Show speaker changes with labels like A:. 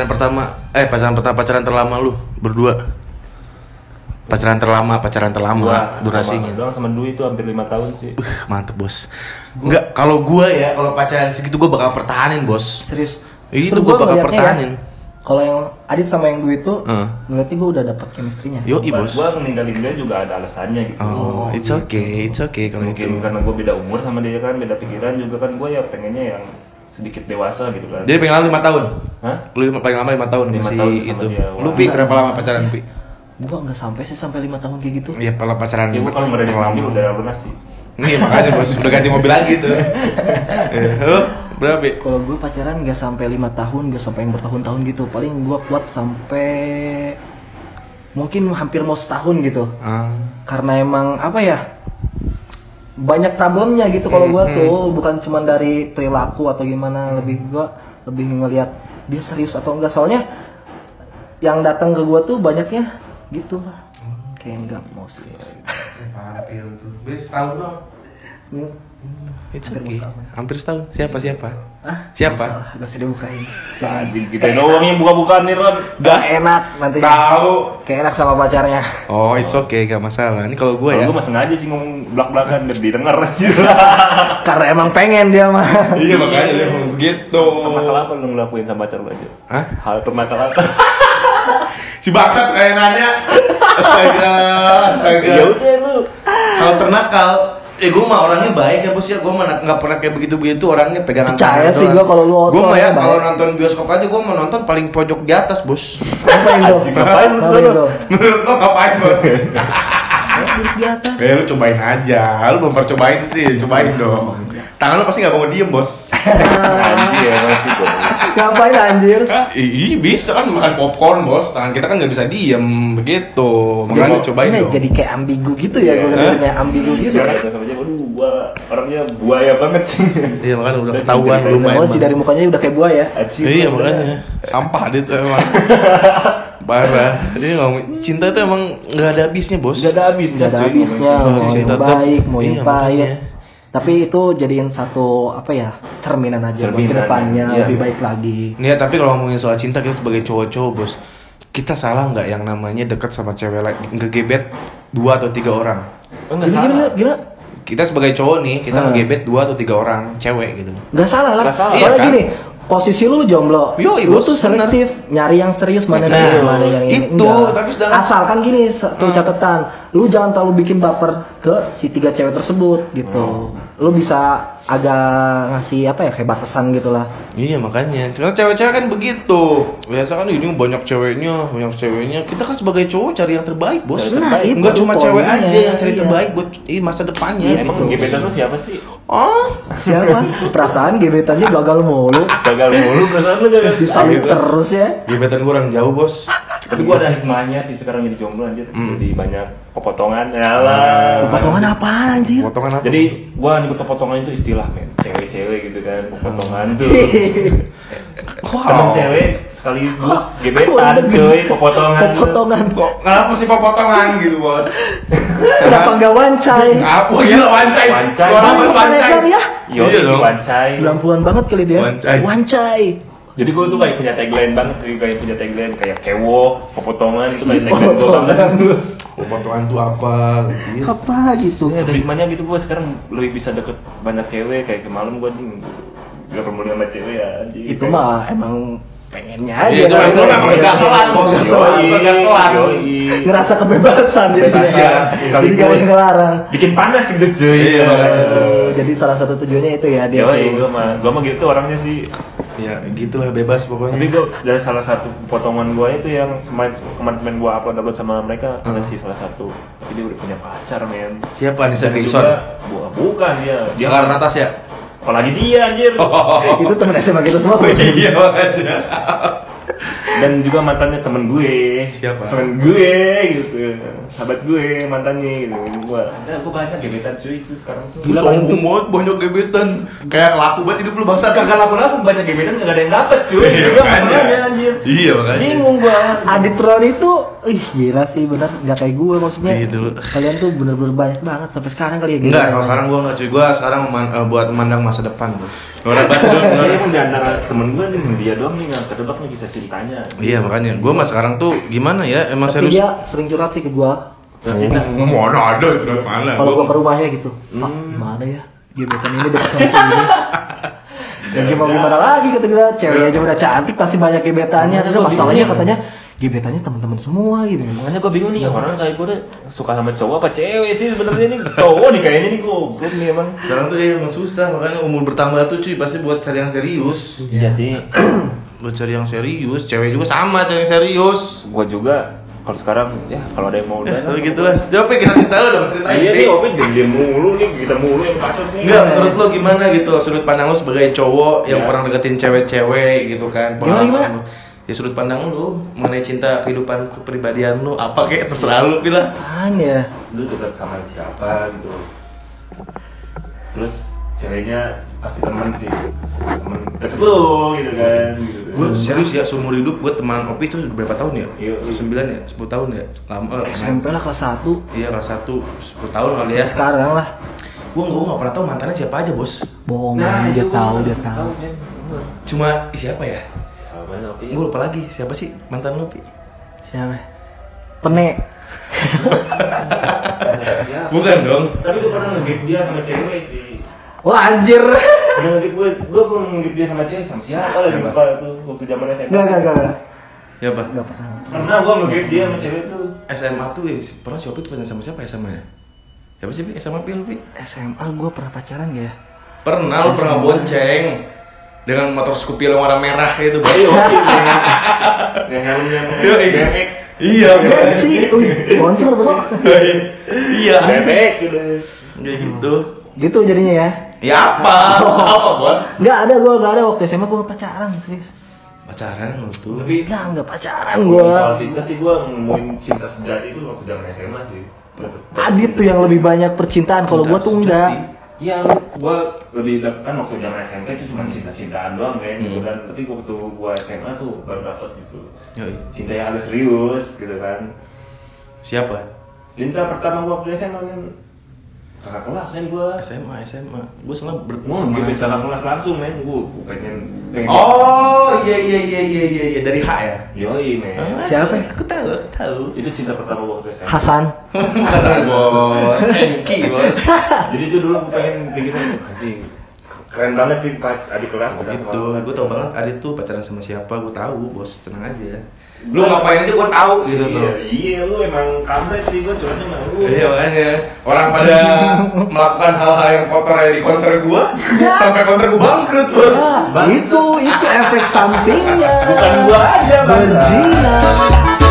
A: Nah, pertama eh pacaran pertama pacaran terlama lu berdua? Pacaran terlama, pacaran terlama durasinya.
B: sama doang sama Dwi itu hampir lima tahun sih
A: Uh, mantep bos. Enggak, kalau gua ya, kalau pacaran segitu gua bakal pertahanin bos.
C: Serius.
A: Iya, Itu
C: Justru
A: gua
C: gua
A: bakal
C: ngeliatnya
A: pertahanin.
C: ya, Kalau yang Adit sama yang Dwi itu,
A: Heeh.
C: ngeliatnya gue udah dapet chemistry-nya.
A: Yoi bos.
B: gue ninggalin dia juga ada alasannya gitu
A: Oh, it's okay, it's okay kalau
B: iya.
A: gitu.
B: mungkin
A: itu.
B: karena gue beda umur sama dia kan beda pikiran juga kan gue ya pengennya yang sedikit dewasa gitu kan
A: Jadi pengen lama lima tahun.
B: Hah?
A: Lu lima, paling lama lima tahun
B: Lima
A: masih
B: tahun sama
A: itu.
B: dia, wah.
A: Lu pi berapa lama pacaran pi?
C: Gue nggak sampai sih sampai lima tahun kayak gitu.
A: Iya, kalau pacaran
B: ya gue kalau nggak ada
A: terlama.
B: mobil udah lunas sih
A: Nih makanya bos udah ganti mobil lagi tuh. Eh, Lu berapa? Pi?
C: Kalau gue pacaran nggak sampai lima tahun, nggak sampai yang bertahun-tahun gitu. Paling gue kuat sampai mungkin hampir mau setahun gitu.
A: Ah.
C: Karena emang apa ya? Banyak problemnya gitu kalau gue tuh, bukan cuman dari perilaku atau gimana, lebih gue lebih ngelihat dia serius atau enggak. Soalnya yang datang ke gue tuh banyaknya gitu lah. Kayak enggak mau serius.
A: Parah pi lu tuh. Bis tahun dong.
C: Hmm.
A: It's okay. Hampir setahun. Iya. Siapa siapa?
C: Ah,
A: Siapa?
C: Gak usah dibukain. Jangan.
B: tadi Nah, kita
A: gitu.
B: doang yang buka-bukaan nih Ron
C: Gak enak nanti.
A: Tahu.
C: Kayak enak sama pacarnya.
A: Oh, it's okay, gak masalah. Ini kalau gue
B: Kalau
A: ya.
B: gue masih sengaja sih ngomong belak-belakan biar didengar
C: Karena emang pengen dia mah.
A: Iya makanya dia ngomong begitu.
B: Permata apa lu ngelakuin sama pacar lu aja?
A: Oh. Hah?
B: Hal permata apa?
A: Si bangsat suka yang nanya. Astaga, astaga.
B: ya udah lu
A: Kalau ternakal, ya gue mah orangnya baik ya bos ya gue mah nggak pernah kayak begitu begitu orangnya pegangan
C: Percaya sih gua kalau lu
A: gue mah ya
C: orangnya
A: kalau
C: baik.
A: nonton bioskop aja gue mau nonton papaling pojok di atas bos
C: Ngapain dong?
B: Ngapain lu
C: Ngapain
B: kesana?
C: dong?
A: menurut lo ngapain bos
C: Di atas.
A: ya lu cobain aja lu belum pernah cobain sih cobain dong tangan lu pasti nggak mau diem bos
B: anjir ya masih gua.
C: Ngapain anjir?
A: Ih, bisa kan makan popcorn bos tangan kita kan nggak bisa diem begitu
C: Jadi-
A: makanya lu cobain
C: ini
A: dong
C: Jadi kayak ambigu gitu
B: Iya.
C: ya gue ngeliatnya ambigu gitu.
B: Jangan gua sama dia, waduh gua orangnya buaya banget sih.
A: iya makanya udah ketahuan lu
C: Udah
A: main
C: mau sih dari mukanya udah kayak ya. buaya.
B: Aci,
A: Iya
B: gua
A: makanya sampah dia tuh emang parah. Dia ngomong cinta tuh emang nggak ada habisnya bos.
B: Nggak ada habis,
C: Gak ada ya.
B: Cak, cuy,
C: habisnya,
B: ngomongin
C: mau
A: cinta
C: yang
A: tetap.
C: baik, mau
A: Iya,
C: yang
A: makanya.
C: pahit. Tapi itu jadiin satu apa ya cerminan aja
A: ya.
C: buat
B: Cerminan,
C: kedepannya
B: iya.
C: lebih baik lagi.
A: Nih ya, tapi kalau ngomongin soal cinta kita sebagai cowok-cowok bos, kita salah nggak yang namanya dekat sama cewek lagi ngegebet dua atau tiga orang.
B: Oh, nggak
C: Gila, gila,
B: salah.
C: gila.
A: Kita sebagai cowok nih kita
C: Hmm.
A: ngegebet dua atau tiga orang cewek gitu.
C: Gak salah lah.
B: Nggak salah.
C: Soalnya
A: Iya, kan?
C: gini, posisi lu jomblo.
A: Yoi,
C: lu
A: bos,
C: tuh selektif, nyari yang serius
A: Nah,
C: mana yang ini, mana yang ini.
A: itu, tapi sedangkan- Hmm.
C: asalkan gini satu catatan, lu jangan terlalu bikin baper ke si tiga cewek tersebut
A: Hmm.
C: gitu. Lu bisa agak ngasih apa ya kayak batasan gitu lah.
A: Iya makanya. Sekarang cewek-cewek kan begitu. Biasa kan ini banyak ceweknya, banyak ceweknya. Kita kan sebagai cowok cari yang terbaik bos.
B: Cari terbaik.
C: Nah, itu
A: Nggak Nah, cuma cewek
C: Iya, poinnya,
A: aja yang cari
C: iya.
A: terbaik buat i- masa depannya. Gitu.
B: Ya, Emang gebetan lu siapa sih?
A: Oh,
C: Siapa? Perasaan gebetannya gagal mulu.
B: Gagal mulu perasaan lu gagal.
A: Gitu.
B: Gitu.
C: Disalib terus ya.
A: gebetan gue orang jauh bos.
B: Tapi gua ada hikmahnya sih sekarang jadi jomblo anjir.
A: Hmm.
B: Jadi banyak pepotongan. Yalah.
C: Potongan apaan anjir?
A: Potongan apa?
B: Jadi gua ngikut pepotongan itu istilah men, cewek-cewek gitu kan, pepotongan tuh.
A: Wow.
B: Temen cewek sekaligus gebetan cuy, pepotongan. tuh.
C: Potongan.
A: Kok kenapa sih potongan gitu bos?
C: Kenapa nggak wancai?
A: Apa gila wancai?
B: Wancai.
A: Lu orang
C: Wancai,
A: wancai.
C: wancai ya?
B: Yo,
A: Iya
B: iya
A: dong.
B: wancai.
C: 90-an banget kali dia.
A: Wancai.
C: Wancai.
B: Jadi gua tuh kayak punya tagline banget, sih, kayak punya tagline kayak kewo, pepotongan itu kayak tagline gua banget.
A: Oh, potongan tuh apa? Iya.
C: Apa gitu?
B: Ya, dari hikmahnya gitu gua sekarang lebih bisa deket banyak cewek kayak kemarin gua anjing gak peduli sama cewek ya anjing.
C: itu mah emang pengennya aja
A: Iya, itu
C: kan?
A: emang emang
C: Iya.
A: pelan, bos.
B: Yoi,
A: Bukan pelan.
B: yoi.
C: ngerasa kebebasan jadi
B: Iya. Bebas ya,
C: jadi
B: sekaligus.
C: gak ada yang ngelarang
B: bikin panas gitu cuy
A: Iya, makanya,
C: Eh, jadi salah satu tujuannya itu ya dia
B: Yo,
C: tuh.
B: gue mah, gue mah gitu orangnya sih.
A: Ya gitulah bebas
B: Tapi
A: pokoknya.
B: gue dari salah satu potongan gue itu yang semain kemarin gue upload upload sama mereka
A: Hmm.
B: ada sih salah satu. Tapi dia udah punya pacar men.
A: Siapa Anissa
B: Dan
A: Grayson?
B: juga- bu- bukan dia. dia
A: Sekarang atas ya?
B: Apalagi dia anjir.
C: itu temen SMA kita semua
A: Iya ada.
B: Dan juga mantannya temen gue.
A: Siapa?
B: Temen gue gitu. Sahabat gue mantannya gitu. Gue, nah, gue banyak gebetan cuy itu sekarang tuh.
A: Gila sombong banget banyak gebetan. Kayak laku banget hidup lu bangsa.
B: Kagak laku-laku banyak gebetan kagak ada yang dapet cuy.
A: Iya,
B: Juga
A: makanya.
B: masalahnya anjir.
A: Iya, makanya.
B: Bingung gue.
C: Adit Ron itu ih gila sih bener nggak kayak gue maksudnya
A: Iya, dulu.
C: kalian tuh bener-bener banyak banget sampai sekarang kali ya gitu
A: Enggak, kalau sekarang gua enggak cuy. Gua sekarang meman- eh, buat memandang masa depan, Bos.
B: Orang banget dong, orang pun di antara temen gue nih, dia doang nih nggak terdebak nih kisah cintanya.
A: Iya, makanya gua mas sekarang tuh gimana ya? Emang
C: tapi
A: serius.
C: dia sering curhat sih ke gue
B: Terus kita,
A: Oh, Mana ada curhat mana?
C: kalau gue
A: Gua-
C: ke rumahnya gitu ah gimana ya gebetan ini dekat sama si ini ya gimana gimana lagi kata dia cewek aja udah cantik pasti banyak gebetannya
B: Makanya
C: tapi
B: gua
C: masalahnya
B: bingung.
C: katanya gebetannya teman-teman semua gitu
B: Makanya gue bingung nih orang kayak gue suka sama cowok apa cewek sih sebenarnya nih cowok nih kayaknya nih goblok nih emang.
A: Sekarang tuh ya, emang susah, makanya umur bertambah tuh cuy pasti buat cari yang serius.
B: Iya sih.
A: Buat cari yang serius, cewek juga sama cari yang serius.
B: Gue juga kalau sekarang ya kalau ada yang mau udah.
A: Kalau gitu lah. Jawab kita cinta lu dong ceritain.
B: Iya nih
A: Pik.
B: Opi jadi mulu nih kita mulu yang patut nih.
A: Enggak, menurut lo gimana gitu loh sudut pandang lo sebagai cowok yang
B: Ya.
A: pernah deketin cewek-cewek gitu kan
C: Gimana, gimana?
A: lo. Ya sudut pandang lo mengenai cinta kehidupan kepribadian lo apa kayak terserah lo pilih
C: Apaan ya
B: lu dekat sama siapa gitu terus ceweknya pasti temen sih temen deket lu gitu kan gitu kan.
A: Gue serius ya seumur hidup gue teman Opi itu udah berapa tahun ya?
B: Iya, iya.
A: 9 ya? 10 tahun ya? Lama lah.
C: SMP lah kelas 1
A: Iya kelas 1, 10 tahun kali ya
C: sekarang lah
A: Gue gua gak pernah tau mantannya siapa aja bos
C: bohong dia
B: Nah, itu
C: tahu
B: gua
C: dia tahu
B: men.
A: Cuma siapa ya?
B: siapa sih, Opi
A: Gue lupa lagi siapa sih mantan lo Pi?
C: siapa pene
B: Ya,
A: Bukan dong
B: tapi gue pernah ngegip dia sama cewek sih
C: wah anjir
B: pernah ngegip gue gue pernah ngegip dia sama cewek sama siapa lagi
A: Siapa?
B: lupa tuh waktu zaman SMA
C: enggak enggak enggak enggak
A: Siapa?
C: Enggak pernah
B: pernah gue ngegip dia sama cewek tuh
A: SMA tuh ya, si- pernah si Opi tuh pacaran sama siapa ya, SMA nya? Siapa sih Pi? SMA Pi? lu, Pi?
C: SMA gue pernah pacaran gak ya
A: Pernah lu pernah bonceng dengan motor Scoopy yang warna merah itu bos.
C: Iya.
B: yang helmnya
A: Iya, iya. Iya, Bos.
C: sih wih sponsor bro
A: Iya.
B: bebek gitu
A: Kayak gitu.
C: gitu jadinya ya
A: Ya apa? Apa bos?
C: Enggak ada gue, enggak ada waktu SMA gue pacaran serius
A: Pacaran lu tuh.
B: tapi
C: Enggak, enggak pacaran gue
B: Soal cinta sih gue nemuin cinta sejati itu waktu zaman SMA sih.
C: Adit tuh yang lebih banyak percintaan, kalau gue tuh enggak
B: Iya, gue lebih dap- kan waktu zaman SMP itu cuma cinta-cintaan doang kan, gitu kan. Tapi waktu gue SMA tuh baru dapet gitu.
A: Yoi.
B: Cinta yang agak serius gitu kan.
A: Siapa?
B: Cinta pertama gue waktu SMA kan kakak kelas kan gue.
A: SMA, SMA. Gue soalnya
B: Gue
A: berteman
B: ngegibet kakak
A: sama.
B: kelas langsung men, gue pengen pengen.
A: Oh, iya iya iya iya iya iya dari H ya.
B: Yoi men.
A: Ah,
C: Siapa?
A: Aku tahu, aku tahu.
B: Itu cinta pertama gue waktu SMA.
C: Hasan
A: Bukan bos, Enki bos.
B: Jadi itu dulu gue pengen bikin anjing. Keren banget sih Pak adik kelas.
A: Oh
B: kan. pacaran sama
A: gitu,
B: aku.
A: gue tau banget Adit tuh pacaran sama siapa, gue tahu bos, tenang aja Lu ngapain aja gue tahu gitu
B: Iya,
A: loh
B: iya lu emang kampret sih gue curhatnya sama lu.
A: Iya makanya, orang pada melakukan hal-hal yang kotor ya di konter gue Sampai konter gue bangkrut bos
C: Iya. Ah, itu, itu efek sampingnya
B: Bukan gua aja, Bang.
C: Berzina